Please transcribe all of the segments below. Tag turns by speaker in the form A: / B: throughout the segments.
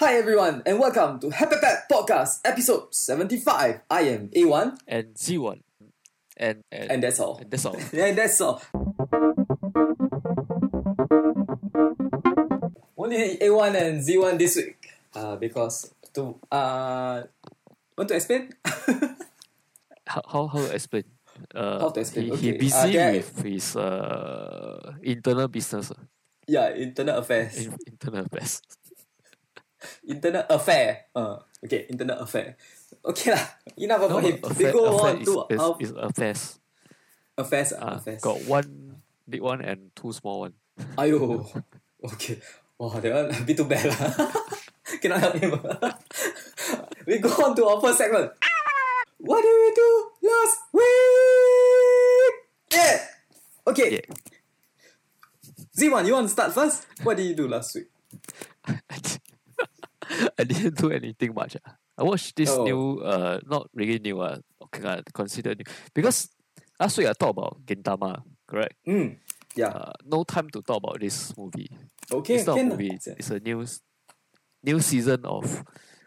A: Hi everyone and welcome to Happy Pet Podcast episode 75. I am A1
B: and Z1. And, and,
A: and that's all.
B: and that's all.
A: And that's all. 我们 A1 and Z1 this week. Uh, because to uh want to explain?
B: How, how, how to explain? Uh,
A: How to explain?
B: He,
A: Okay.
B: he
A: Uh,
B: busy
A: there-
B: with his uh, internal business, uh,
A: yeah, internal affairs.
B: in, internal affairs.
A: internal affair. Uh, okay, internal affair. Okay lah. Enough about him. we
B: affair,
A: go
B: affair
A: on to
B: is,
A: our
B: is, is affairs.
A: affairs. Uh,
B: Uh,
A: affairs.
B: got one big one and two small one.
A: Ayo. Okay. Wow, that one a bit too bad lah. Cannot help him. we go on to our first segment. What did we do last week? Yeah. Okay.
B: Yeah.
A: Z1, you want to start first? What did you do last week?
B: I didn't do anything much. ah. I watched this
A: Oh.
B: new, uh, not really new, uh, okay, uh, consider new. Because last week I talked about Gintama, correct?
A: Mm. Yeah.
B: Uh, no time to talk about this movie.
A: Okay.
B: it's not a
A: can lah.
B: movie. It's, it's a new, s- new season of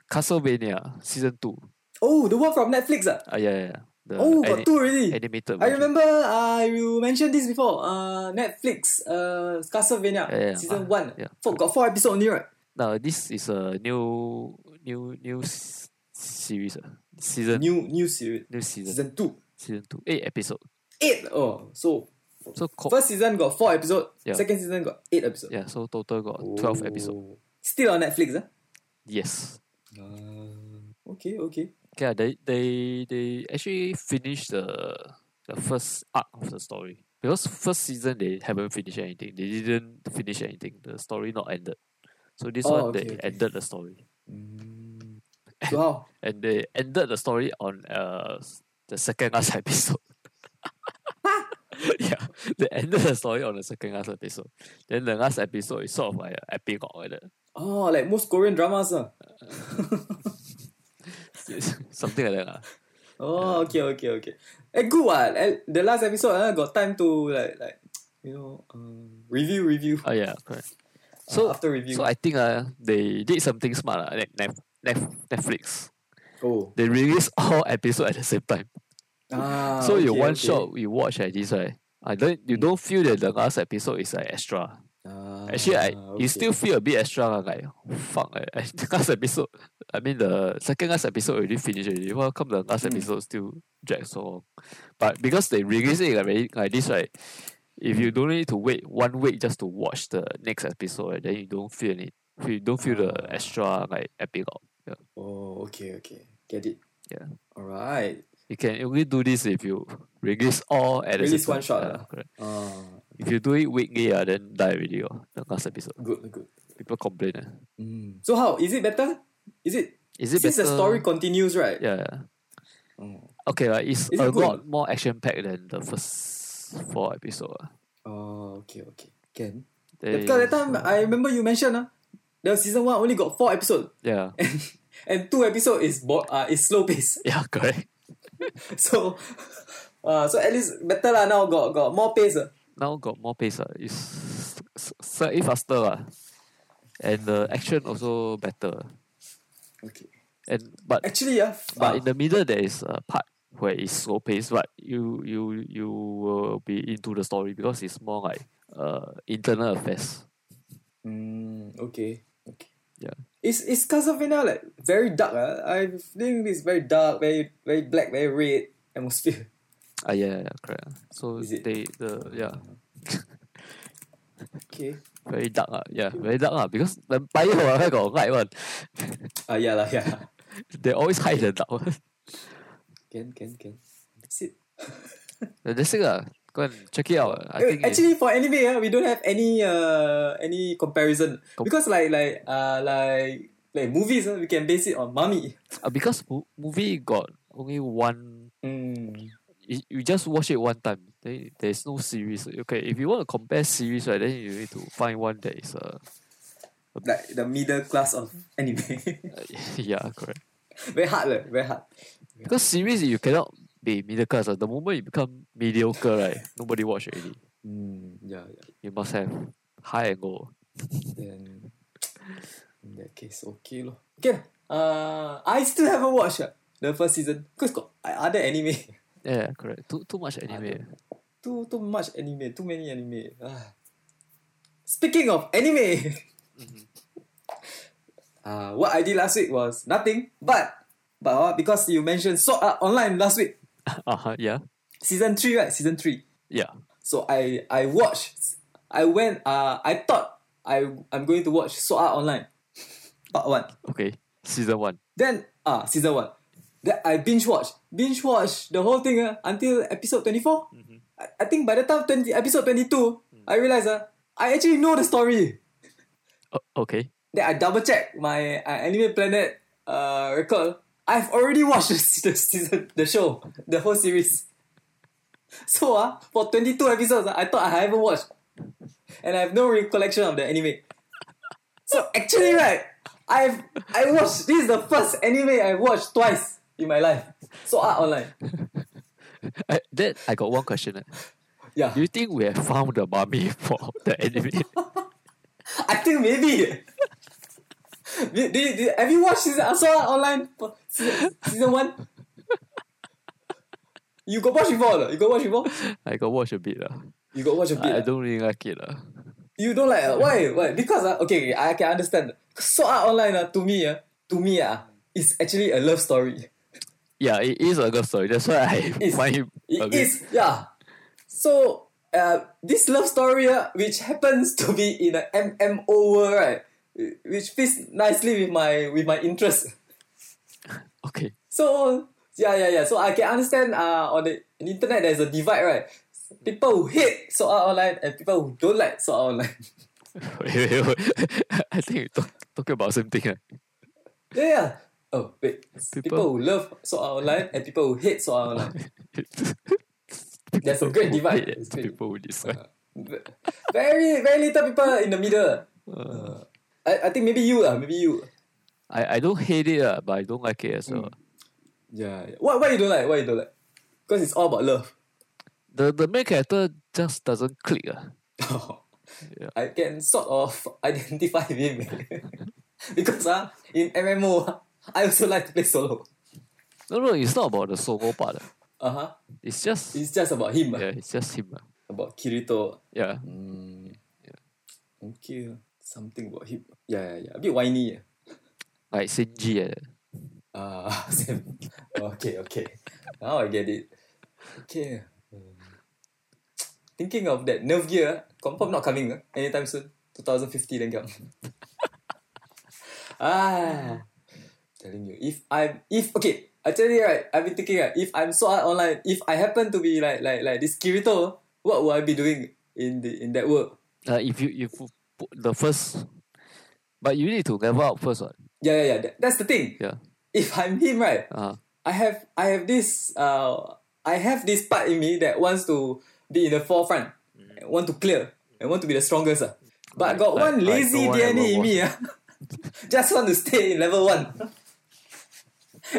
B: Castlevania season two.
A: Oh, the one from Netflix. Ah.
B: Ah, yeah, yeah, yeah. The
A: Oh, got
B: ani-
A: two already.
B: animated.
A: I
B: version.
A: remember uh, you mentioned this before. Uh, Netflix, uh, Castlevania,
B: Yeah, yeah,
A: season
B: ah,
A: 1.
B: yeah.
A: Four, got 4 episodes only, right?
B: Now this is a new, new, new s- series. ah. Season new,
A: New new series.
B: season
A: Season 2.
B: season two eight episode.
A: 8! Oh, so
B: So co-
A: first season got 4 episodes,
B: Yeah.
A: second season got 8 episodes.
B: yeah, so total got twelve episode.
A: Oh. Still on Netflix, huh?
B: Yes.
A: okay, okay.
B: Yeah, they they they actually finished the the first arc of the story because first season they haven't finished anything. They didn't finish anything. The story not ended. So this
A: Oh,
B: one
A: okay,
B: they
A: okay.
B: ended the story
A: So how?
B: and they ended the story on uh s- the second last episode. yeah, they ended the story on the second last episode. Then the last episode is sort of like an epilogue like that.
A: Oh, like most Korean dramas. ah.
B: something like that. lah.
A: Oh, okay, okay, okay. Eh, good what? Eh, the last episode ah, got time to like, like you know, um, review, review.
B: Oh yeah, correct.
A: Uh,
B: So
A: after review.
B: So I think uh, they did something smart uh, net, net, net, Netflix.
A: oh.
B: They released all episode at the same time.
A: Ah,
B: so you
A: okay,
B: one
A: okay.
B: shot you watch like this right. I don't you don't feel that the last episode is like extra.
A: Ah,
B: Actually I
A: okay.
B: you still feel a bit extra lah, like fuck I, I, the last episode I mean the second last episode already finished already. How come the last
A: Mm.
B: episode still drag so long? But because they release it like, very- like this right, if you don't need to wait one week just to watch the next episode, right, then you don't feel any you don't feel
A: Ah.
B: the extra like epilogue.
A: Oh, okay, okay. Get it.
B: Yeah.
A: Alright.
B: You can only do this if you release all at the
A: Release one
B: same
A: shot
B: time.
A: lah.
B: Yeah, correct.
A: Ah,
B: If you do it weekly, uh, then die already. Uh, the last episode,
A: good, good.
B: people complain. Uh.
A: Mm. So how is it better? Is it,
B: Is it
A: since
B: better?
A: the story continues, right?
B: Yeah. yeah.
A: Oh.
B: Okay, uh, it's
A: Is it
B: a
A: good?
B: lot more action packed than the first four episode. Uh.
A: Oh, okay, okay. Can.
B: They-
A: because that time I remember you mentioned ah, the season one only got four episodes
B: yeah,
A: and two episode is bo- uh, is slow pace.
B: yeah, correct.
A: so, uh, so at least better lah now got got more pace. ah.
B: Now got more pace. Uh. It's s- s- slightly faster. Uh. And the action also better.
A: Okay.
B: And but
A: Actually, ah, yeah.
B: But in the middle, there is a part where it's slow paced, but you you you will be into the story because it's more like uh internal affairs.
A: Mm, okay. Okay.
B: Yeah.
A: Is is Castlevania like very dark? Ah, I think it's very dark, very very black, very red atmosphere.
B: Ah yeah, yeah, yeah, correct. So
A: Is it-
B: they the yeah
A: Okay.
B: very dark ah yeah very dark ah because vampire ah, where got light one
A: Ah yeah lah yeah.
B: they always hide the dark one.
A: Can can can. That's it.
B: That's it ah. Go and check it out. ah. I
A: Eh,
B: think
A: actually for anime ah, we don't have any uh any comparison
B: Com-
A: because like like uh like like movies ah, we can base it on mummy.
B: it's, ah, because mo- movie got only one
A: Mm.
B: you, you just watch it one time. Then there's no series. Okay, if you want to compare series, right, then you need to find one that is uh
A: Like the middle class of anime.
B: yeah correct.
A: very hard lah, very hard.
B: Because series you cannot be middle class. ah. The moment you become mediocre, right, nobody watch already.
A: Hmm, Mm, yeah, yeah.
B: You must have high and low.
A: Then In that case, okay lor. Okay, uh, I still haven't watched uh, the first season because got uh, other anime.
B: Yeah, correct. Too too much anime.
A: too too much anime, too many anime. Ah. Speaking of anime, uh, what I did last week was nothing, but but uh, because you mentioned so uh, online last week,
B: uh huh. Yeah.
A: season three, right? Season three.
B: Yeah.
A: So I I watched. I went. Uh, I thought I I'm going to watch So Art Online, part one.
B: Okay. Season one.
A: Then ah season one. Then I binge watch, binge watch the whole thing uh, until episode twenty I, I think by the time twenty episode twenty two, I realized uh, I actually know the story.
B: O- okay.
A: Then I double check my uh, Anime Planet uh record. I've already watched the, se- the season, the show, the whole series. So ah, for twenty two episodes, ah, I thought I haven't watched, and I have no recollection of the anime. So actually, right, I've I watched this is the first anime I watched twice in my life. So art online,
B: I, Eh, then I got one question. eh.
A: yeah.
B: Do you think we have found the mummy for the anime?
A: I think maybe. do, do, you- do, you- have you watched season? I saw online for season, season one. You got watch before? or not? You got watch before?
B: I got watch a bit lah.
A: You got watch a bit.
B: I, I
A: ah?
B: don't really like it lah.
A: You don't like uh, why? Why? Because uh, okay, okay, I can understand. So art online uh, to me uh, to me uh, is actually a love story.
B: Yeah, it is a love story. That's why I
A: It's-
B: find it
A: It
B: a
A: is
B: bit-
A: yeah. So uh, this love story uh, which happens to be in a MMO world, right? Which fits nicely with my with my interest.
B: okay.
A: So yeah, yeah, yeah. So I can understand. Uh, on the internet, there's a divide, right? People who hate so Art online and people who don't like so Art online.
B: Wait, wait, wait. I think we talk, talking about something. eh.
A: yeah, yeah. Oh wait, people,
B: People-
A: who love so Art online and people who hate so Art online. There's a
B: People
A: great
B: who
A: divide.
B: hate it,
A: It's great.
B: People who dislike.
A: Uh. Ve- very, very little people in the middle. Uh, I, I think maybe you uh, maybe you.
B: I, I don't hate it, uh, but I don't like it as well.
A: Mm. Yeah. yeah. What? Why you don't like? Why you don't like? Because it's all about love.
B: The the main character just doesn't click. Uh. Yeah.
A: I can sort of identify with him because uh, in MMO ah, I also like to play solo.
B: No, no, it's not about the solo part. ah.
A: Uh huh.
B: It's just
A: It's just about him, ah,
B: yeah, it's just him. ah.
A: about Kirito.
B: Yeah,
A: Mm. Okay, ah. something about him. Yeah, yeah, yeah. A bit whiny. ah.
B: like Shinji. eh.
A: Ah, same. okay, okay. Now I get it. Okay. Mm. Thinking of that Nerve Gear, ah, confirm not coming ah, anytime soon. 2050 then come. ah, telling you if I'm if okay. I tell you right, I've been thinking right, if I'm so out online, if I happen to be like like like this Kirito, what would I be doing in the in that world?
B: Uh, if you if you put the first, but you need to level up first. What?
A: Yeah, yeah, yeah. that- that's the thing.
B: Yeah.
A: If I'm him, right,
B: Uh,
A: I have I have this uh I have this part in me that wants to be in the forefront, and want to clear, and want to be the strongest. ah. But
B: Mm. Like-
A: got
B: like-
A: one
B: like
A: lazy
B: no one
A: DNA
B: ever
A: in me. ah. Just want to stay in level one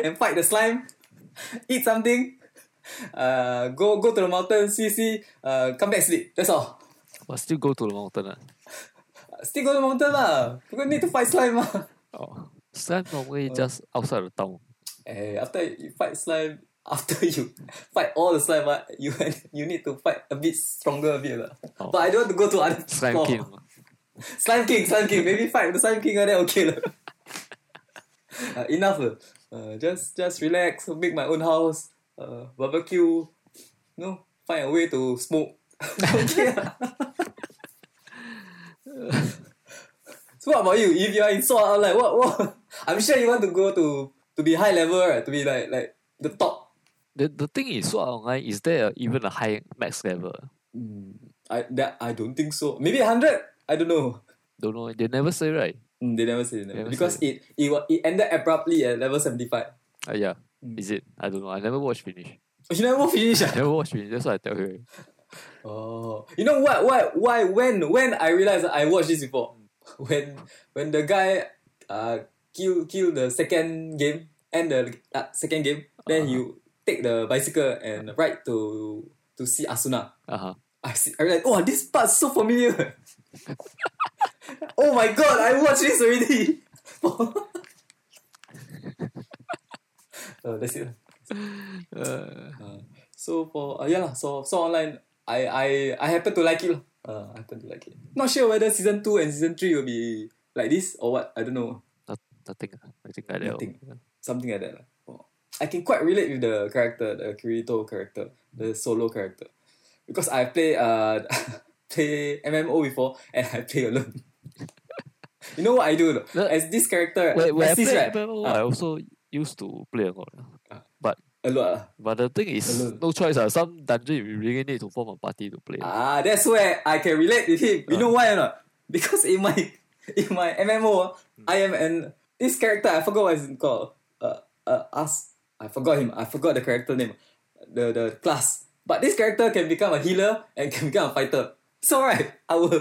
A: and fight the slime, eat something, uh, go go to the mountain, see see, uh, come back sleep. That's all.
B: but still go to the mountain. ah.
A: Still go to the mountain lah. We gonna need to fight slime lah.
B: Oh. Slime normally
A: Oh.
B: just outside the town.
A: Eh, after you fight slime, after you fight all the slime, ah, you you need to fight a bit stronger a bit lah.
B: Oh.
A: But I don't want to go to other
B: Slime
A: floor.
B: King.
A: Slime king, slime king. Maybe fight with the slime king. ah, Then okay lah. uh, enough lah. Uh, just just relax. Make my own house. Uh, barbecue. No, find a way to smoke. okay. lah. so what about you? If you are in Seoul, I'm like what what? I'm sure you want to go to to be high level, right? To be like like the top.
B: The, the thing is, so online is there a- even a high max level?
A: Mm, I that I don't think so. Maybe hundred. I don't know.
B: Don't know. They never say right.
A: Mm, they never say they never-
B: Never
A: because it
B: say.
A: it wa- it ended abruptly at level seventy five.
B: Uh, yeah.
A: Mm.
B: Is it? I don't know. I never watched finish.
A: You never finish. ah?
B: never watched finish. That's what I tell you.
A: oh, you know what? Why? Why? When? When I realized I watched this before, when when the guy uh kill kill the second game and the uh, second game, then he take the bicycle and ride to to see Asuna.
B: Uh huh.
A: I see, I realized, oh, this part's so familiar. oh my god, I watched this already. uh, that's it.
B: Uh,
A: Uh, so for uh, yeah lah, so so online I I I happen to like it lah. Uh, I happen to like it. Not sure whether season two and season three will be like this or what. I don't know.
B: nothing. ah, Nothing like that.
A: Nothing.
B: oh.
A: Something like that. lah. Oh. I can quite relate with the character, the Kirito character, the solo character, because I play uh play MMO before and I play alone. you know what I do? or not?
B: No.
A: As this character,
B: When, when I
A: as this
B: play
A: right,
B: MMO,
A: Ah.
B: I also used to play a lot. ah. But
A: a lot. lah.
B: but the thing is,
A: Alone.
B: no choice. ah. Some dungeon you really need to form a party to play.
A: Ah, that's where I can relate with him. You know
B: Ah.
A: why or not? Because in my in my MMO,
B: Hmm.
A: I am an this character I forgot what it's called. Uh, uh, us. I forgot him. I forgot the character name, the the class. But this character can become a healer and can become a fighter. So right, I will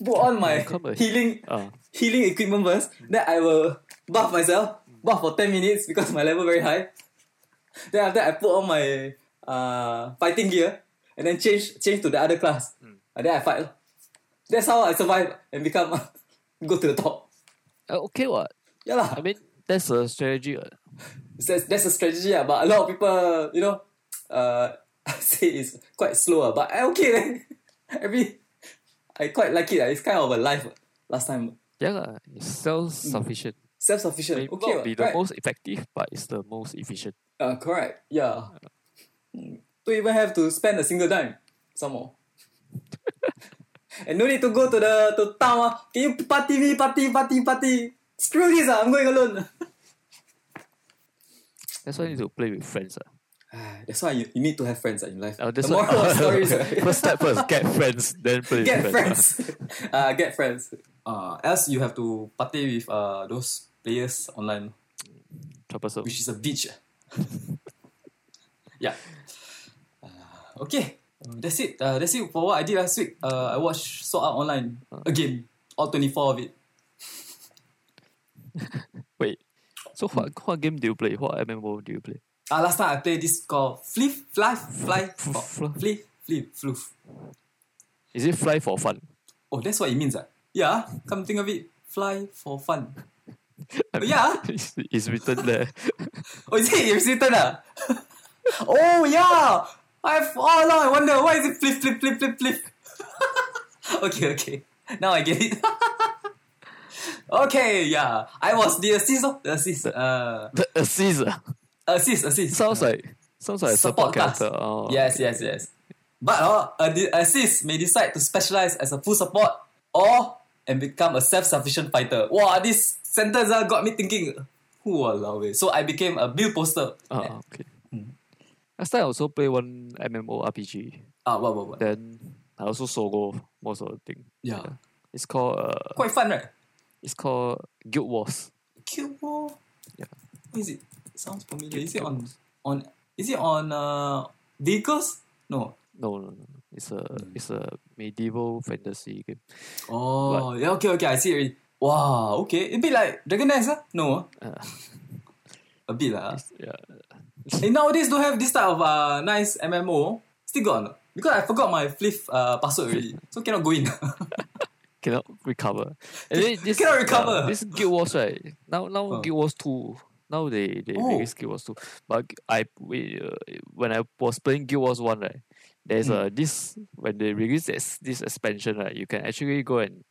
A: put on my
B: Become a-
A: healing
B: Ah,
A: healing equipment first. Then I will buff myself, buff for 10 minutes because my level very high. Then after that, I put on my uh, fighting gear and then change change to the other class.
B: Hmm.
A: And then I fight. lah. That's how I survive and become go to the top.
B: uh, okay, what?
A: Yeah lah.
B: I mean, that's a strategy. what.
A: That's, that's a strategy lah. But a lot of people, you know, uh, say it's quite slow lah. But I okay then. Every, I quite like it lah. It's kind of a life lah, last time.
B: Yeah, lah, it's self sufficient.
A: Self-sufficient.
B: May
A: Hmm. okay,
B: not
A: lah,
B: be the
A: right?
B: most effective, but it's the most efficient.
A: Uh, correct. Yeah. Don't even have to spend a single dime. Some more. and no need to go to the to town. ah. Can you party me, party, party, party? Screw this, ah, I'm going alone.
B: That's why you need to play with friends. ah.
A: Ah, That's why you, you need to have friends ah, in life.
B: Uh, that's
A: the moral
B: why-
A: of stories.
B: first step first, get friends, then play
A: get
B: with friends.
A: friends. uh, get friends. Uh, else you have to party with uh, those players online,
B: ah. Troublesome.
A: which is a bitch. yeah. Uh, okay. Uh, That's it. Uh, that's it for what I did last week. Uh, I watched Sword Art Online again. All 24 of it.
B: Wait. So what,
A: Hmm.
B: what game do you play? What MMO do you play?
A: Uh, last time I played this called Fliff, Fly, Fly, oh,
B: Fluff, fluff.
A: Fliff, Fliff, Floof.
B: Is it fly for fun?
A: Oh, that's what it means. ah. Yeah, come think of it. Fly for fun.
B: I mean,
A: Yeah.
B: It's, it's written there.
A: Oh, is it? It's written ah? oh, yeah! I've all along I wonder why is it flip, flip, flip, flip, flip? okay, okay. Now I get it. okay, yeah. I was the assist, oh, the assist. Uh,
B: the assist. ah.
A: assist, assist.
B: Sounds like sounds like a
A: Support
B: support,
A: task.
B: character. Oh.
A: Yes, yes, yes. But uh, a de- assist may decide to specialize as a full support or and become a self-sufficient fighter. Wow, this sentence uh, got me thinking. Walao, eh. So I became a build poster.
B: Ah, okay. Last time I also play one MMORPG.
A: Ah, what, what, what?
B: Then I also solo most of the thing.
A: Yeah.
B: It's called uh,
A: Quite fun, right?
B: it's called Guild Wars.
A: Cute War.
B: Yeah.
A: What is it? Sounds familiar.
B: Guild-
A: Is it
B: Guild
A: on
B: Wars.
A: on? Is it on uh vehicles? No.
B: No, no, no. no. It's a it's a medieval fantasy game.
A: Oh, yeah. Okay, okay. I see. it Already. Wow. Okay. A bit like Dragon Dance, huh? No. ah.
B: Uh.
A: A bit lah. ah.
B: Yeah.
A: Eh, nowadays don't have this type of uh, nice MMO. Still got or not? Because I forgot my flip uh, password already, so cannot go in.
B: cannot recover. And then this,
A: Cannot
B: uh,
A: recover.
B: this Guild Wars right now now
A: Huh.
B: Guild Wars two now they they
A: Oh.
B: release Guild Wars two. But I we, uh, when I was playing Guild Wars one right, there's a
A: Hmm.
B: this when they release this this expansion right, you can actually go and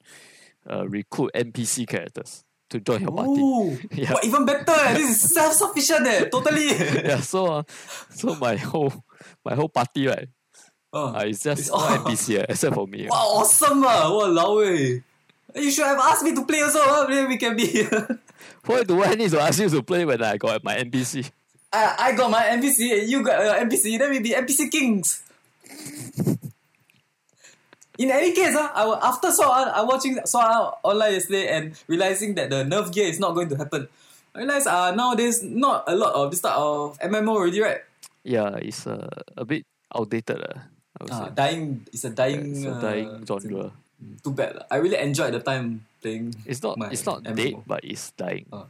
B: uh, recruit NPC characters to join your party.
A: oh,
B: Yeah.
A: Wah, even better! eh. This is self sufficient, eh. Totally.
B: Yeah, so uh, so my whole my whole party right
A: Oh.
B: uh, is just
A: It's
B: all
A: all-
B: NPC uh, except for me. uh.
A: Wow, awesome! Ah. Walao, eh. You should have asked me to play also. Huh? Maybe we can be.
B: Why do I need to ask you to play when I got my NPC?
A: I, I got my NPC and you got your NPC, then we be NPC kings. In any case, ah, I wa- after saw I watching saw online yesterday and realizing that the nerf gear is not going to happen. I realize uh, nowadays not a lot of this type of MMO already, right?
B: yeah, it's uh, a bit outdated. Uh, I would
A: Ah,
B: say.
A: dying is a dying,
B: It's a
A: uh,
B: dying genre.
A: Too bad. lah. I really enjoyed the time playing.
B: It's not
A: my
B: it's not
A: MMO.
B: dead, but it's dying.
A: Ah.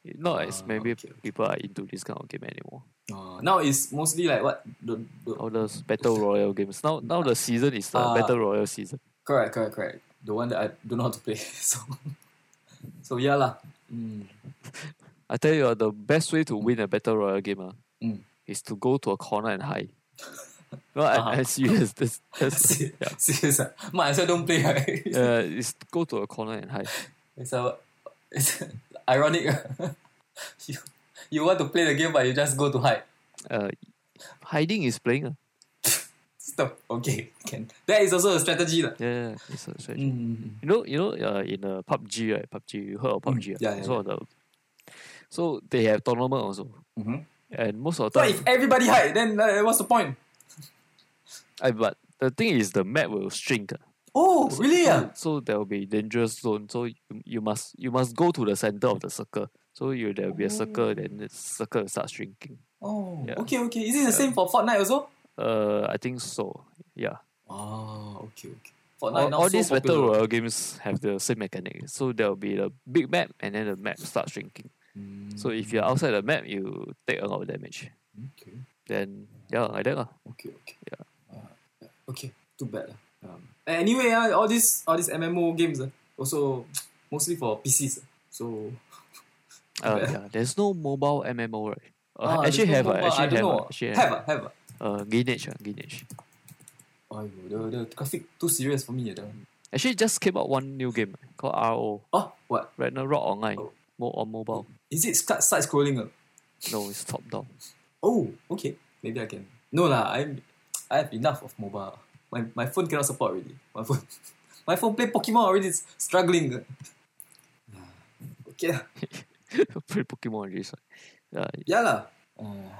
B: Yeah. Not
A: Ah,
B: as maybe
A: okay, okay.
B: people are into this kind of game anymore.
A: Ah, now it's mostly like what the, the
B: All those battle royale games. Now now the season is the
A: Ah.
B: battle royale season.
A: Correct, correct, correct. The one that I don't know how to play. So, so yeah lah. Mm.
B: I tell you, ah, the best way to win a battle royale game ah,
A: Mm.
B: is to go to a corner and hide. no, I,
A: Uh-huh.
B: I serious. This, that's,
A: Se- Serious ah. Might as well don't play right?
B: uh, is go to a corner and hide.
A: It's a, it's ironic. ah. you, you want to play the game but you just go to hide.
B: Uh, hiding is playing. ah.
A: Stop. Okay, can. That is also a strategy lah.
B: Yeah, yeah, yeah, it's a strategy.
A: Mm.
B: You know, you know, uh, in uh, PUBG, right? PUBG, you heard of PUBG? right?
A: yeah, yeah,
B: It's one of the- so they have tournament also,
A: Mm-hmm.
B: and most of the
A: But
B: time,
A: if everybody hide, then uh, what's the point?
B: I, but the thing is, the map will shrink. ah.
A: Oh,
B: So-
A: really?
B: So,
A: ah?
B: so there will be dangerous zone. So you, you must you must go to the center of the circle. So you there will be a circle, then the circle will start shrinking.
A: Oh,
B: Yeah.
A: okay, okay. Is it the
B: Yeah.
A: same for Fortnite also?
B: Uh, I think so. Yeah.
A: Ah, okay, okay.
B: all,
A: Fortnite now
B: all
A: so
B: these battle
A: popular.
B: royale games have the same mechanic. So there will be the big map, and then the map starts shrinking.
A: Mm,
B: So if you're outside the map, you take a lot of damage.
A: okay,
B: Then yeah, like that lah.
A: okay, okay. Ah, Yeah. okay, too bad. lah. Um, eh, anyway, ah, all these all these MMO games ah, also mostly for PCs. ah. So
B: Uh,
A: Yeah.
B: yeah, there's no mobile MMO right. Uh,
A: ah,
B: actually
A: there's no
B: have ah,
A: mobile, I
B: actually
A: don't
B: have ah,
A: know. ah.
B: actually
A: Have
B: have
A: ah, have ah.
B: uh, Lineage ah, Lineage.
A: Aiyo, the, the graphic too serious for me. ah, that one.
B: Actually just came out one new game called RO
A: Oh, what
B: Ragnarok Online.
A: Oh.
B: More on mobile.
A: is it? Side scrolling? ah?
B: No, it's top down.
A: Oh, okay. Maybe I can. No lah, I'm. I have enough of mobile. My my phone cannot support already. My phone, my phone play Pokemon already is struggling. ah. okay, ah. lah.
B: Play Pokemon already. so- Yeah,
A: yeah lah. Uh,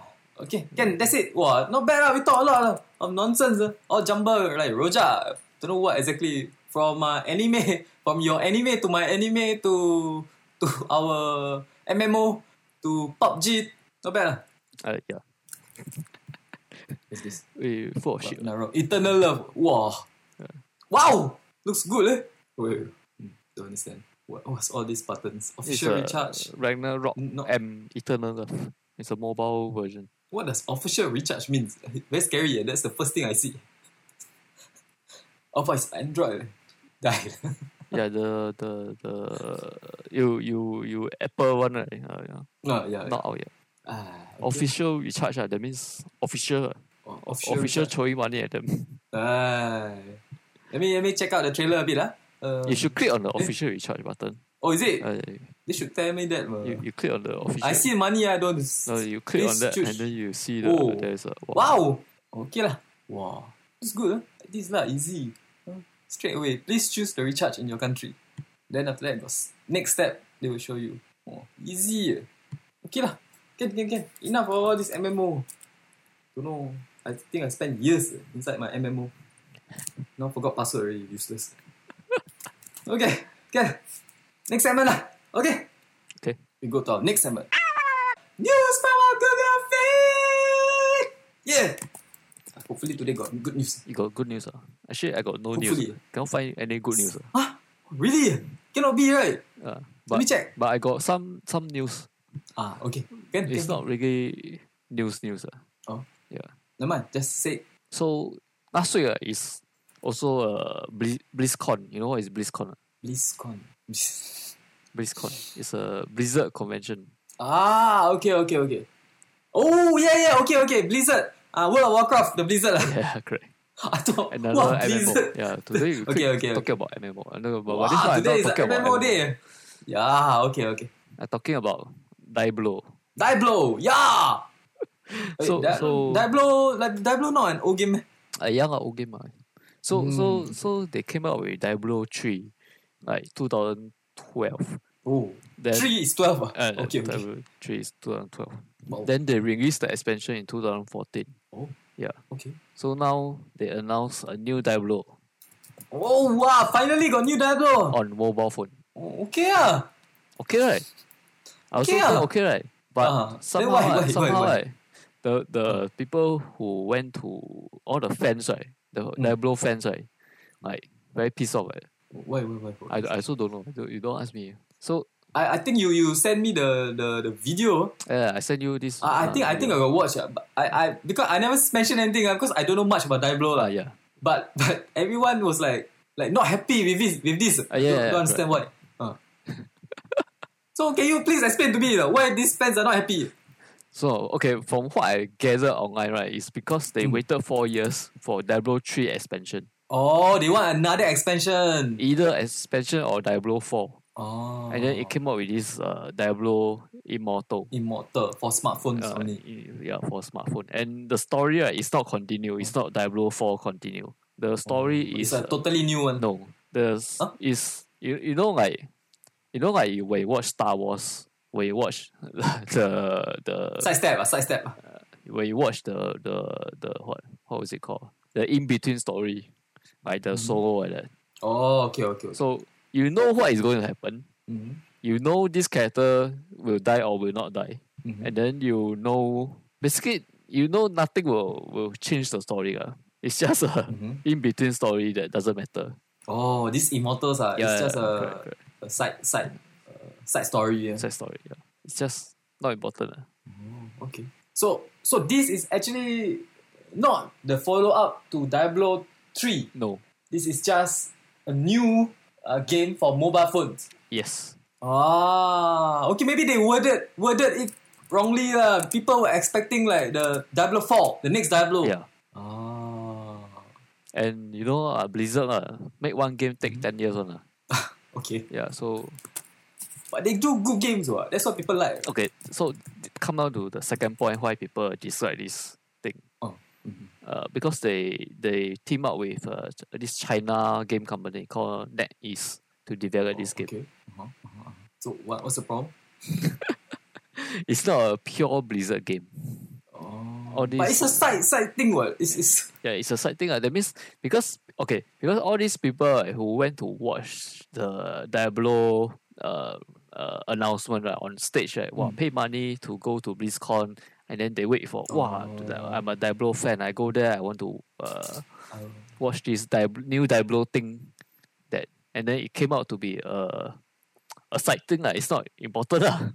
A: okay, can that's it. Wow, not bad lah. We talk a lot lah, of nonsense. lah. All jumble like Roja. Don't know what exactly from uh, anime, from your anime to my anime to to our MMO to PUBG. Not bad lah.
B: uh, yeah.
A: What's this?
B: We full of
A: But
B: shit.
A: Narrow. Eternal Love. Wow. Wow! Looks good, eh? Wait, wait, wait. Don't understand. What was all these buttons?
B: It's
A: Official
B: a
A: recharge.
B: Ragnarok
A: No.
B: M Eternal Love. It's a mobile version.
A: What does official recharge mean? Very scary, eh? That's the first thing I see. Oh, but it's Android. eh? Die.
B: Yeah, the the the you you you Apple one right? Uh, yeah.
A: no, Oh, yeah.
B: Not out yet.
A: Ah, okay.
B: Official recharge ah, that means official
A: Oh,
B: official,
A: official.
B: official
A: recharge.
B: throwing money at them.
A: Ah. Let me let me check out the trailer a bit, ah. Uh,
B: you should click on the official recharge button.
A: oh, is it?
B: Uh,
A: they should tell me that. man.
B: you, you click on the official.
A: Uh, I see money. I don't.
B: No, you click on
A: Please
B: that
A: choose.
B: and then you see the
A: Oh.
B: there's a
A: Wow! Okay lah. Wow. It's good. Huh? Like This lah, easy. Huh? Straight away. Please choose the recharge in your country. Then after that, got s- next step, they will show you. Oh, easy. eh. Okay lah. Can, can, can. Enough of all this MMO. Don't know. I think I spent years eh, inside my MMO. Now forgot password already. Useless. okay. Can. Next segment lah. Okay.
B: Okay.
A: We go to our next segment. News from our Google feed. Yeah. Hopefully today got good news.
B: You got good news ah. Actually I got no news.
A: Hopefully.
B: Can't find any good news. ah.
A: Huh? Really? Cannot be right.
B: Uh,
A: Let me
B: but
A: check.
B: but I got some some news.
A: Ah, okay. Can,
B: It's
A: can.
B: not really news news. ah.
A: Never mind. Just say.
B: So last week ah, is also uh, Blizz- BlizzCon. You know what is BlizzCon? ah?
A: BlizzCon.
B: BlizzCon. It's a Blizzard convention.
A: ah, okay, okay, okay. Oh yeah, yeah. Okay, okay. Blizzard. Ah, World of Warcraft. The Blizzard. lah.
B: Yeah, correct.
A: I thought.
B: Another
A: wow,
B: MMO.
A: Blizzard.
B: Yeah, today we
A: Okay,
B: keep
A: okay,
B: talking about MMO. I know, but
A: Wow,
B: this one
A: today
B: I'm
A: is
B: not
A: a
B: talking about
A: MMO day. Yeah. Okay, okay.
B: I'm talking about Diablo.
A: Diablo. Yeah. Wait,
B: So-
A: Di-
B: so-
A: Diablo, like Diablo, not an old game. meh?
B: A young old game. ah. So so
A: Mm.
B: so they came out with Diablo three, like 2012.
A: Oh,
B: Then,
A: three is twelve. ah.
B: uh,
A: okay, okay.
B: Diablo three is 2012.
A: Wow.
B: Then they released the expansion in 2014.
A: okay.
B: So now they announced a new Diablo
A: Oh wow! Finally got new Diablo.
B: on mobile phone.
A: Oh, okay ah.
B: Okay, right? I also
A: Okay
B: think
A: ah.
B: okay, right? But
A: Ah, then
B: somehow,
A: why-
B: right,
A: why- why-
B: somehow,
A: why?
B: right, the the people who went to all the fans, right, the
A: Hmm.
B: Diablo fans, right, like very pissed off. Right?
A: Wait, wait, wait. wait.
B: I, I also don't know. Don't- You don't ask me. So
A: I, I think you you send me the the, the video.
B: yeah, I send you this. uh,
A: I, I think I think I got watch. ah, But I, I because I never mentioned anything ah, because I don't know much about Diablo lah.
B: Uh, yeah,
A: But but everyone was like like not happy with this with this.
B: Ah, yeah,
A: don't,
B: yeah,
A: don't understand why. Ah. So can you please explain to me uh, why these fans are not happy?
B: So okay, from what I gather online, right, is because they
A: Mm.
B: waited four years for Diablo three expansion,
A: Oh, they want another expansion.
B: either expansion or Diablo four,
A: Oh.
B: and then it came out with this uh, Diablo Immortal.
A: Immortal for smartphones
B: Uh,
A: only.
B: i- yeah, for smartphone, and the story right, is not continue. It's not Diablo four continue. The story
A: Oh, It's a
B: is uh,
A: totally new one.
B: No, there's
A: Huh?
B: is you you know like you know like when you watch Star Wars, when you watch the the
A: Side step, uh, side step.
B: when you watch the the the what what was it called the in between story, like the
A: Mhm.
B: solo and that.
A: Oh, okay, okay. okay.
B: So you know what is going to happen.
A: Mhm,
B: You know this character will die or will not die,
A: mhm.
B: and then you know basically you know nothing will will change the story. lah. It's just a
A: Mhm.
B: in between story that doesn't matter.
A: Oh, these immortals are
B: Yeah,
A: it's just
B: yeah,
A: a,
B: correct, correct.
A: a side side uh, side story. Yeah.
B: Sad story. Yeah. It's just not important. ah.
A: Oh, okay. So so this is actually not the follow up to Diablo three.
B: No.
A: This is just a new uh, game for mobile phones.
B: Yes.
A: Ah, okay. Maybe they worded worded it wrongly. lah. People were expecting like the Diablo four, the next Diablo.
B: Yeah.
A: Ah,
B: And you know, uh, Blizzard uh, make one game take
A: Mhm.
B: ten years on. ah.
A: okay.
B: Yeah. So
A: But they do good games, what? That's what people like.
B: okay. So th- come down to the second point why people dislike this thing.
A: Oh, mhm.
B: Uh, because they they team up with uh, ch- this China game company called NetEase to develop this game.
A: Okay. Uh-huh, uh-huh, uh-huh. So what, what's the problem?
B: It's not a pure Blizzard game.
A: Oh,
B: All
A: but it's
B: these-
A: a side side thing, what? It's, it's
B: Yeah, it's a side thing. Uh. That means because okay, because all these people who went to watch the Diablo uh, uh announcement right on stage right, wow,
A: Mm.
B: pay money to go to BlizzCon and then they wait for wow,
A: Oh.
B: I'm a Diablo fan. I go there. I want to uh,
A: uh,
B: watch this Diablo, new Diablo thing that and then it came out to be a a side thing. Uh. It's not important. Uh.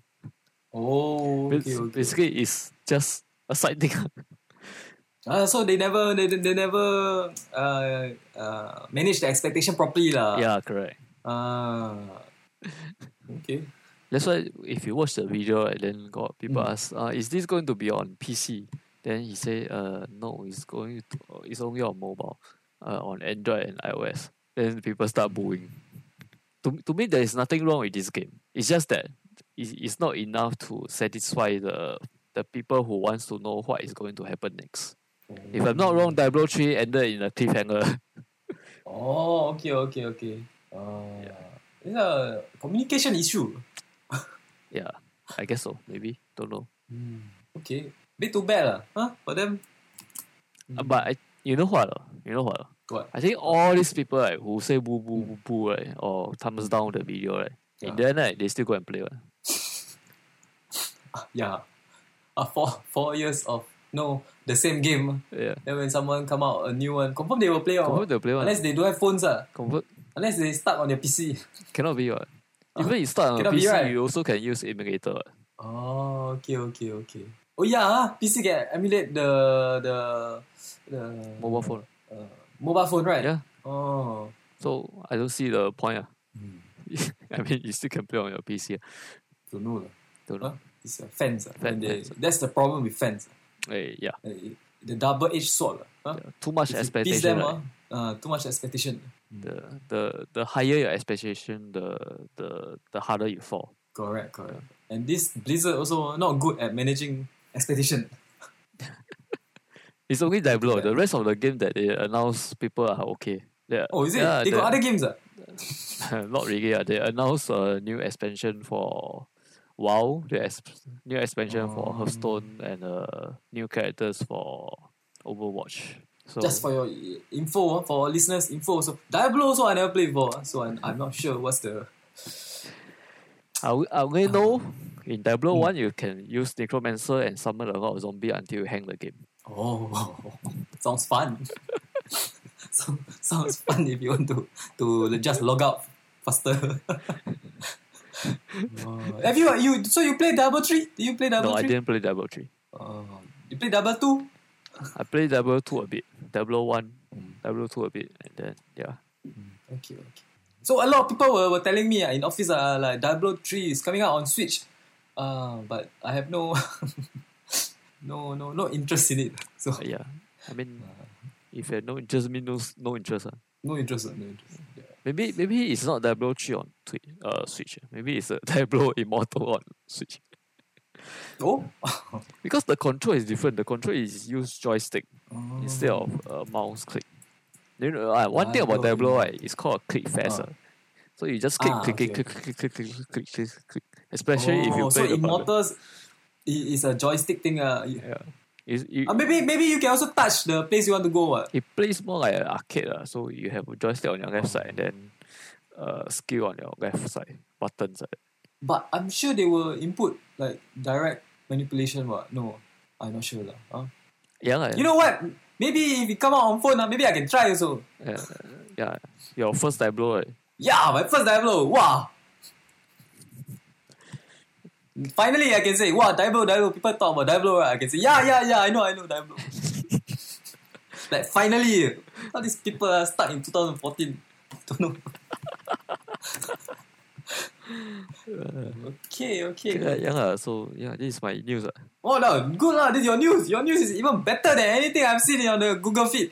A: oh, okay, okay.
B: Basically, it's just a side thing.
A: Ah, so they never they, they they never uh, uh, manage the expectation properly, lah.
B: yeah, correct.
A: Ah, okay.
B: That's why if you watch the video and then got people
A: Mm.
B: ask, uh, is this going to be on PC? Then he say, uh, no, it's going to, it's only on mobile, uh, on Android and iOS. Then people start booing. To, to me, there is nothing wrong with this game. It's just that it's, it's not enough to satisfy the the people who wants to know what is going to happen next. If I'm not wrong, Diablo 3 ended in a cliffhanger.
A: Oh, okay, okay, okay. Ah, it's a communication issue.
B: yeah, I guess so. Maybe don't know.
A: Hmm. Okay, bit too bad, lah. Huh? For them. Mm.
B: Uh, But I, you know what? uh, You know what? uh,
A: What?
B: I think all these people right, who say boo boo boo boo right or thumbs down the video right, in the
A: Yeah.
B: end right, they still go and play right?
A: Yeah. Uh, four four years of no the same game.
B: Yeah.
A: Then when someone come out a new one, confirm they will play
B: Confirm
A: on.
B: they play one.
A: Unless they don't have phones, ah.
B: Confirm
A: Unless they stuck on their PC.
B: cannot be what.
A: Ah,
B: Even you start on a
A: cannot be,
B: PC,
A: right?
B: you also can use emulator. What.
A: Oh, okay, okay, okay. Oh yeah, ah, PC can emulate the the the
B: Mobile phone.
A: uh, mobile phone, right?
B: Yeah.
A: Oh.
B: So I don't see the point. ah.
A: Hmm.
B: I mean, you still can play on your PC. ah.
A: Don't know lah.
B: Don't
A: Huh?
B: know.
A: It's uh, fans. ah. When
B: Fan-
A: they,
B: fans, ah.
A: that's the problem with fans.
B: Eh, yeah.
A: Uh, it- the double edged sword. ah. Huh?
B: yeah. Too
A: If you
B: much
A: piss
B: expectation.
A: them,
B: right?
A: ah, uh, too much expectation.
B: The the the higher your expectation, the the the harder you fall.
A: Correct, correct. And this Blizzard also not good at managing expectation.
B: It's only Diablo.
A: Yeah.
B: The rest of the game that they announce, people are okay. Yeah.
A: Oh, is it?
B: Yeah,
A: they
B: the-
A: got other games, ah.
B: not really. Uh. They announced a new expansion for WoW, the ex- new expansion for
A: Oh.
B: Hearthstone, and uh, new characters for Overwatch. So
A: Just for your i- info, ah, for our listeners' info. So Diablo also I never played before, ah, so I'm, I'm not sure what's the.
B: I w- I only know in Diablo
A: Mm.
B: 1 you can use Necromancer and summon a lot of zombie until you hang the game.
A: Oh, sounds fun. so, sounds fun if you want to to just log out faster. Oh, Have you you so you play double three? Do you play double
B: no, I
A: three?
B: didn't play Diablo 3.
A: Oh, you play double two?
B: I played Diablo 2 a bit, Diablo 1, Diablo 2 a bit, and then, yeah.
A: Okay, okay. So a lot of people were, were telling me uh, in office uh, like Diablo 3 is coming out on Switch. Uh, but I have no no no no interest in it. So
B: But yeah, I mean, if you have no interest, mean no s- no interest. ah.
A: no interest. No interest. Yeah.
B: Maybe maybe it's not Diablo three on Twitch, uh, Switch. ah. Maybe it's a Diablo Immortal on Switch
A: Oh.
B: because the control is different. The control is use joystick instead of uh, mouse click. You know, uh, one thing about
A: Diablo
B: Diablo right, it's called click fast.
A: Ah.
B: ah. So you just click,
A: Ah,
B: clicking,
A: okay,
B: click, click, click, click, click, click, click, click. Especially if you
A: Oh,
B: play
A: so
B: the button.
A: Immortals i- is a joystick thing. Uh, you-
B: Yeah. It's, you,
A: uh, maybe maybe you can also touch the place you want to go. ah. What?
B: it plays more like an arcade. ah. So you have a joystick on your left side and then uh, skill on your left side, buttons. ah.
A: But I'm sure they will input like direct manipulation. What? No, I'm not sure lah. Huh?
B: Yeah, lah,
A: You know what? Maybe if it come out on phone, ah, maybe I can try also.
B: yeah, yeah. Your first Diablo, right?
A: Yeah, my first Diablo. Wow. Finally, I can say, wow, Diablo, Diablo. People talk about Diablo, right? I can say, yeah, yeah, yeah, I know, I know Diablo. like, finally. All these people are stuck in 2014. Don't know. okay,
B: Yeah,
A: okay.
B: yeah. lah. So yeah, this is my news. ah.
A: Oh, no, good lah. This is your news. Your news is even better than anything I've seen on the Google feed.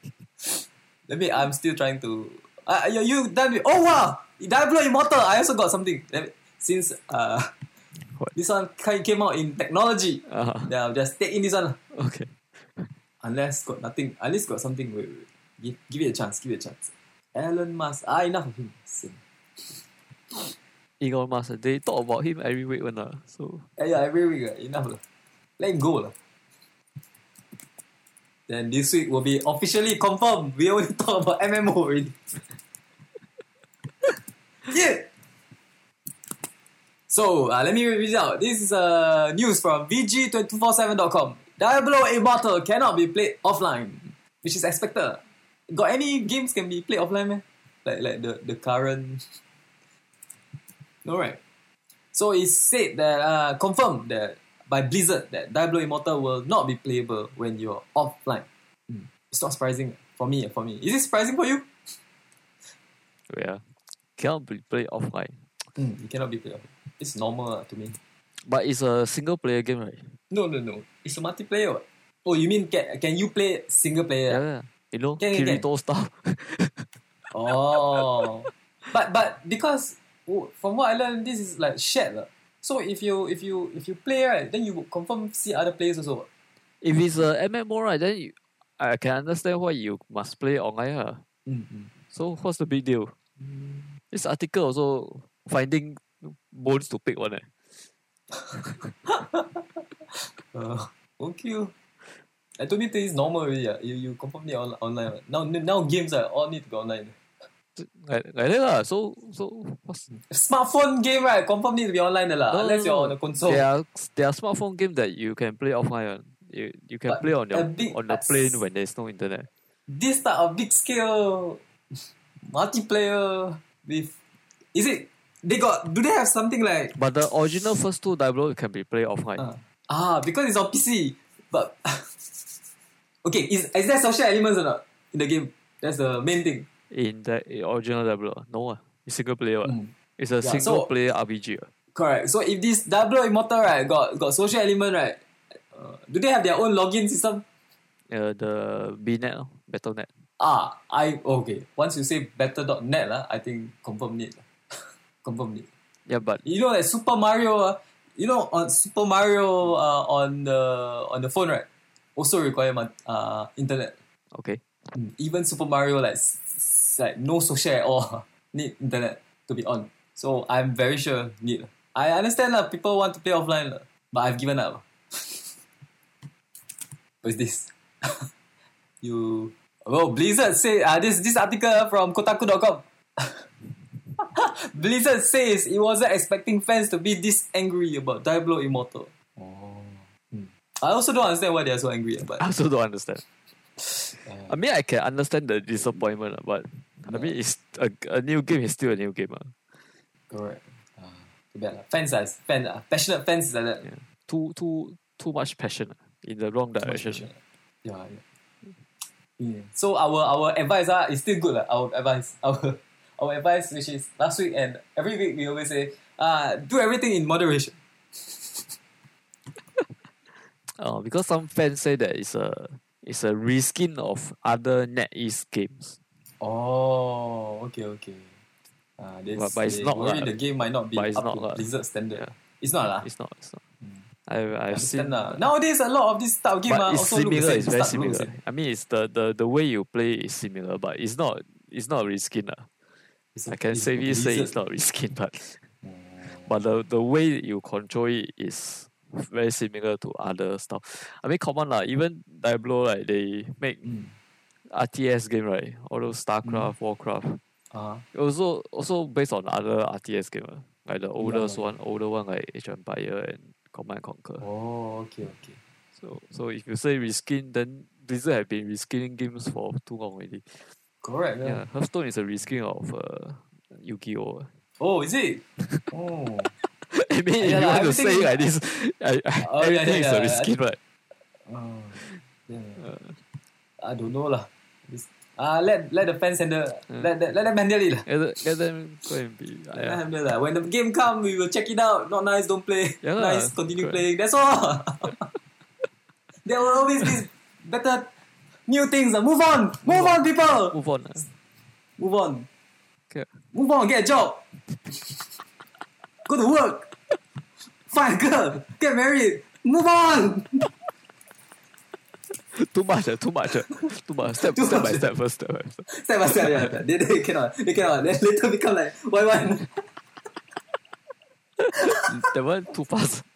A: Let me, I'm still trying to. Uh, you, you done with. Oh, wow! Diablo Immortal, I also got something. Let me- since uh,
B: What?
A: this one ki- came out in technology,
B: Ah,
A: then I'll just take in this one. lah.
B: okay.
A: Unless got nothing, at least got something. Wait, wait, wait. Give, give it a chance, give it a chance. Elon Musk, ah, enough of him. Sian.
B: Elon Musk. ah, They talk about him every week, one. ah. So
A: Eh, yeah, every week, uh, enough. lah. Let him go. lah. Then this week will be officially confirmed. We only talk about MMO already. yeah! So, uh, let me read this out. This is uh, news from VG247.com. Diablo Immortal cannot be played offline, which is expected. Got any games can be played offline, man? Like, like the, the current. No, right? So it's said that uh, confirmed that by Blizzard that Diablo Immortal will not be playable when you're offline. Mm. It's not surprising for me. For me, is it surprising for you?
B: yeah, cannot be played offline.
A: Mm, it cannot be played. offline. It's normal uh, to me.
B: But it's a single player game, right?
A: No, no, no. It's a multiplayer. what? Oh, you mean can, can you play single
B: Yeah.
A: player?
B: yeah. You know,
A: Can, can, can.
B: Kirito stuff.
A: Oh, but but because oh, from what I learned, this is like shared. uh. So if you if you if you play right, then you would confirm see other players also. what.
B: if it's a MMO, right, then you, I can understand why you must play online. ah.
A: Mm, mm.
B: So what's the big deal?
A: Hmm.
B: This article also finding bones to pick one. Eh.
A: Uh, okay. oh. I told you this is normal already. ah. You, you confirm need on, online. what. Now now games are all need to go online.
B: Like, like that lah. So so what's,
A: Smartphone game right, confirm need to be online lah.
B: No,
A: Uh, unless
B: no,
A: you're
B: no.
A: on a console.
B: there are there are smartphone games that you can play offline. one. You you can
A: But
B: play on your
A: a big-
B: on the plane when there's no internet.
A: This type of big scale multiplayer with is it they got do they have something like
B: But the original first two Diablo can be played offline.
A: uh, ah because it's on PC but okay is is there social elements or not in the game? That's the main thing.
B: In the original Diablo, no ah, it's single player. ah.
A: Mm.
B: It's a
A: Yeah, so-
B: single player RPG. ah.
A: Correct. So if this Diablo Immortal right got got social element right, uh, do they have their own login system?
B: Uh, the BNet, ah, BattleNet.
A: Ah, I okay. Once you say better.net lah, ah, I think confirm need. confirm need.
B: Yeah, but
A: You know like Super Mario, ah, you know on Super Mario uh, on the on the phone right, also require mon- uh, internet.
B: okay.
A: Mm, Even Super Mario like s- s- like no social at all need internet to be on. So I'm very sure need. I understand lah. People want to play offline, lah, but I've given up. What's this? you oh Blizzard say uh, this this article from Kotaku.com. Blizzard says it wasn't expecting fans to be this angry about Diablo Immortal. Oh. I also don't understand why they are so angry, but
B: I also don't understand. I mean, I can understand the disappointment, ah, but I mean, it's a, a new game is still a new game. ah.
A: Correct. Uh, too bad lah. Fans are fan, uh, passionate fans like that.
B: Yeah. Too too too much passion ah, in the wrong
A: Much
B: direction.
A: passion. Yeah, ah, yeah. Yeah. So our our advice uh, is still good. lah. Our advice, our our advice, which is last week and every week, we always say, uh, do everything in moderation.
B: Uh, because some fans say that it's a it's a reskin of other NetEase games.
A: Oh, okay, okay. Uh, this,
B: But- but it's
A: they
B: not
A: worry
B: lah.
A: the game might not be
B: But it's
A: up
B: not
A: to
B: lah.
A: Blizzard standard.
B: Yeah.
A: It's not lah.
B: It's not. It's not.
A: Mm.
B: I I've seen.
A: Ah. Understand lah. Nowadays, a lot of this type of game
B: but
A: are
B: it's
A: also look the
B: similar.
A: same,
B: It's very
A: start to look
B: similar.
A: the same.
B: I mean, it's the, the the way you play is similar, but it's not it's not reskin lah.
A: It's
B: I can
A: it's
B: safely say it's
A: Blizzard.
B: not reskin, but
A: Mm.
B: but the the way you control it is very similar to other stuff. I mean, come on lah. Even Diablo, like they make
A: Mm.
B: RTS game, right? All those
A: Hmm.
B: StarCraft, Warcraft.
A: Uh-huh.
B: Also, also based on other RTS game, ah. like the oldest
A: yeah.
B: one, older one like Age of Empire and Command and Conquer.
A: Oh, okay, okay.
B: So, so if you say reskin, then Blizzard have been reskinning games for too long already.
A: Correct.
B: Yeah,
A: Yeah.
B: Hearthstone is a reskin of uh, Yu-Gi-Oh.
A: Oh, is it? Oh,
B: I mean, if
A: Yeah, lah,
B: you want to
A: everything
B: say
A: is-
B: like this, I, I,
A: Oh, yeah,
B: everything
A: yeah, yeah,
B: is a reskin, right?
A: oh. Yeah.
B: Uh,
A: I don't know lah. This, uh, let let the fans handle.
B: Mm.
A: Let, let let them handle it lah.
B: let, the- let them go and be.
A: Let them
B: Yeah,
A: handle lah. When the game come, we will check it out. Not nice, don't play.
B: Yeah lah,
A: nice, continue
B: correct.
A: playing. That's all. there will always be better new things. lah. Move on, move on, people.
B: move on. ah.
A: Move on.
B: Okay.
A: Move on. Get a job. Go to work. Find a girl. Get married. Move on.
B: too much, ah, too much, ah, too much. Step,
A: Too
B: step by
A: much.
B: step, first step. By step.
A: Step by step, yeah. They, they cannot. They cannot. Then later become like why one.
B: that one too fast.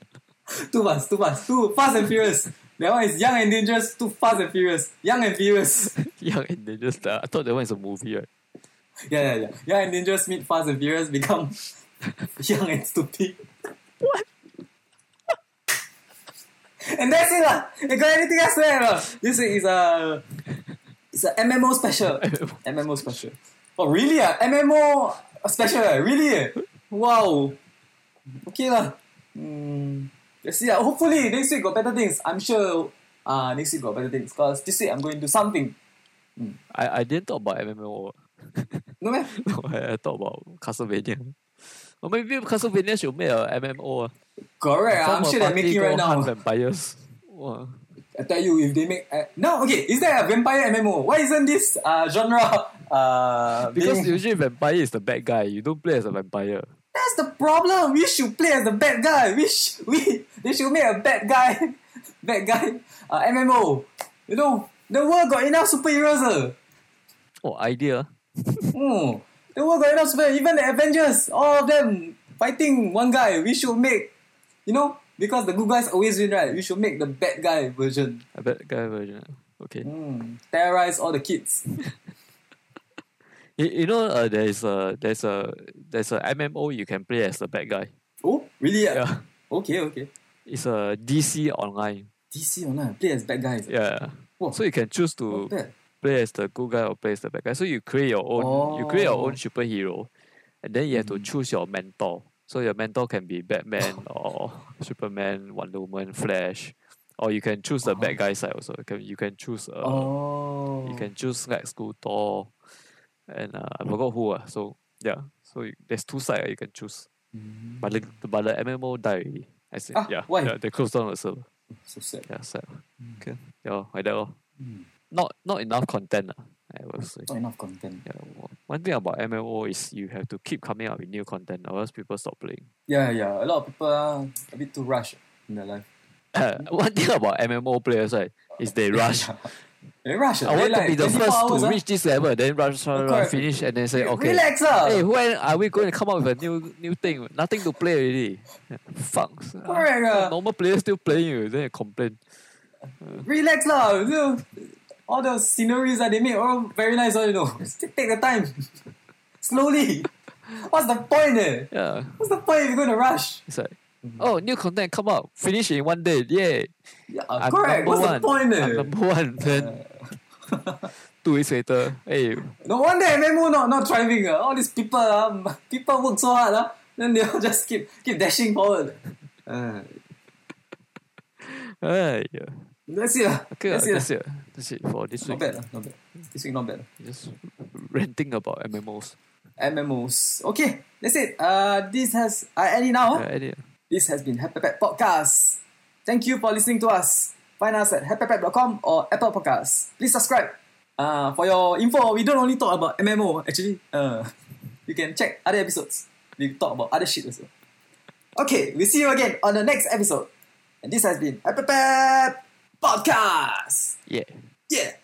A: Too fast, too fast, too fast and furious. That one is young and dangerous, too fast and furious. Young and furious.
B: Young and then just uh, I thought that one is a movie, right?
A: Yeah, yeah, yeah. Young and dangerous meet fast and furious become young and stupid. What? and that's it lah. You got anything else to add? lah? This is a it's a MMO special. MMO special. Oh really? Ah, MMO special. ah? Really? eh? Wow. Okay lah. Hmm. Let's see. lah. Hopefully next week got better things. I'm sure. Ah, next week got better things. Cause this week I'm going to do something.
B: I, I didn't talk about MMO.
A: No man.
B: No, I, I talked about Castlevania. Or maybe Castlevania should make a MMO. ah.
A: Correct. ah. I'm
B: Form a
A: sure they're
B: party,
A: making
B: go
A: right now.
B: hunt Vampires. Wow.
A: I tell you, if they make uh, no okay, is there a vampire MMO? Why isn't this uh, genre uh,
B: Because
A: being-
B: usually vampire is the bad guy. You don't play as a vampire.
A: that's the problem. We should play as the bad guy. We sh- we they should make a bad guy, bad guy uh, MMO. You know the world got enough superheroes. Uh.
B: Oh, idea.
A: Mm. The world got enough superheroes. Even the Avengers, all of them fighting one guy. We should make, you know, because the good guys always win, right? We should make the bad guy version.
B: A bad guy version. Okay.
A: Mm. Terrorize all the kids.
B: You, you know, uh, there's a there's a there's a MMO you can play as the bad guy.
A: Oh really? ah?
B: Yeah.
A: Okay okay.
B: It's a DC online.
A: DC online play as bad guys.
B: Yeah.
A: Wow.
B: So you can choose
A: Not
B: to
A: bad.
B: play as the good guy or play as the bad guy. So you create your own you create your own superhero and then you have to
A: Oh. Mm.
B: choose your mentor. So your mentor can be Batman or Superman, Wonder Woman, Flash. Or you can choose the bad guy side also. You can you can choose uh,
A: oh.
B: you can choose Lex Luthor and uh, I forgot who uh, so yeah. So you, there's two sides you can choose.
A: Mm.
B: But the but the MMO die already. I see.
A: Ah,
B: yeah,
A: why?
B: yeah. They closed down the server.
A: So sad.
B: Yeah, sad.
A: Mm.
B: Okay. Yeah, like that. lor.
A: Mm.
B: Not not enough content. Uh, I will say.
A: Not enough content.
B: Yeah, wha- one thing about MMO is you have to keep coming up with new content or else people stop playing.
A: Yeah, yeah. A lot of people are a bit too rushed in their life.
B: one thing about MMO players right is they rush.
A: They rush.
B: I
A: they
B: want to
A: like
B: be the
A: 24
B: first
A: hours,
B: to
A: ah.
B: reach this level, then rush, rush, rush,
A: correct.
B: finish, and then say okay.
A: Relax, ah.
B: Hey, when are we going to come up with a new new thing? Nothing to play already. Yeah, Fuck. ah.
A: Correct, ah.
B: Normal players still playing you, then you complain.
A: Relax, lah. You know, All the sceneries that they make all very nice, ah, you know. Just take the time. Slowly. What's the point, eh?
B: Yeah.
A: What's the point if you're going to rush?
B: It's like
A: Mm-hmm.
B: Oh, new content come out, finish in one day, yeah.
A: Yeah, correct. What's the point,
B: I'm
A: eh?
B: number one. Then two weeks later, hey,
A: No wonder MMO not, not thriving. Uh. All these people, uh, people work so hard, uh, then they all just keep keep dashing forward. Uh,
B: hey, yeah.
A: that's it. Uh.
B: Okay,
A: that's
B: that's,
A: it.
B: that's it. That's it for this
A: Not ah.
B: week.
A: bad, uh, not bad. This week not bad.
B: Just ranting about MMOs.
A: MMOs. Okay, that's it. Uh, this has I end it now. ah.
B: Yeah, any-
A: This has been Happy Pet Podcast. Thank you for listening to us. Find us at happypet.com or Apple Podcasts. Please subscribe. Uh, for your info, we don't only talk about MMO, actually. Uh, you can check other episodes. We talk about other shit also. Okay, we'll see you again on the next episode. And this has been Happy Pet Podcast.
B: yeah.
A: Yeah.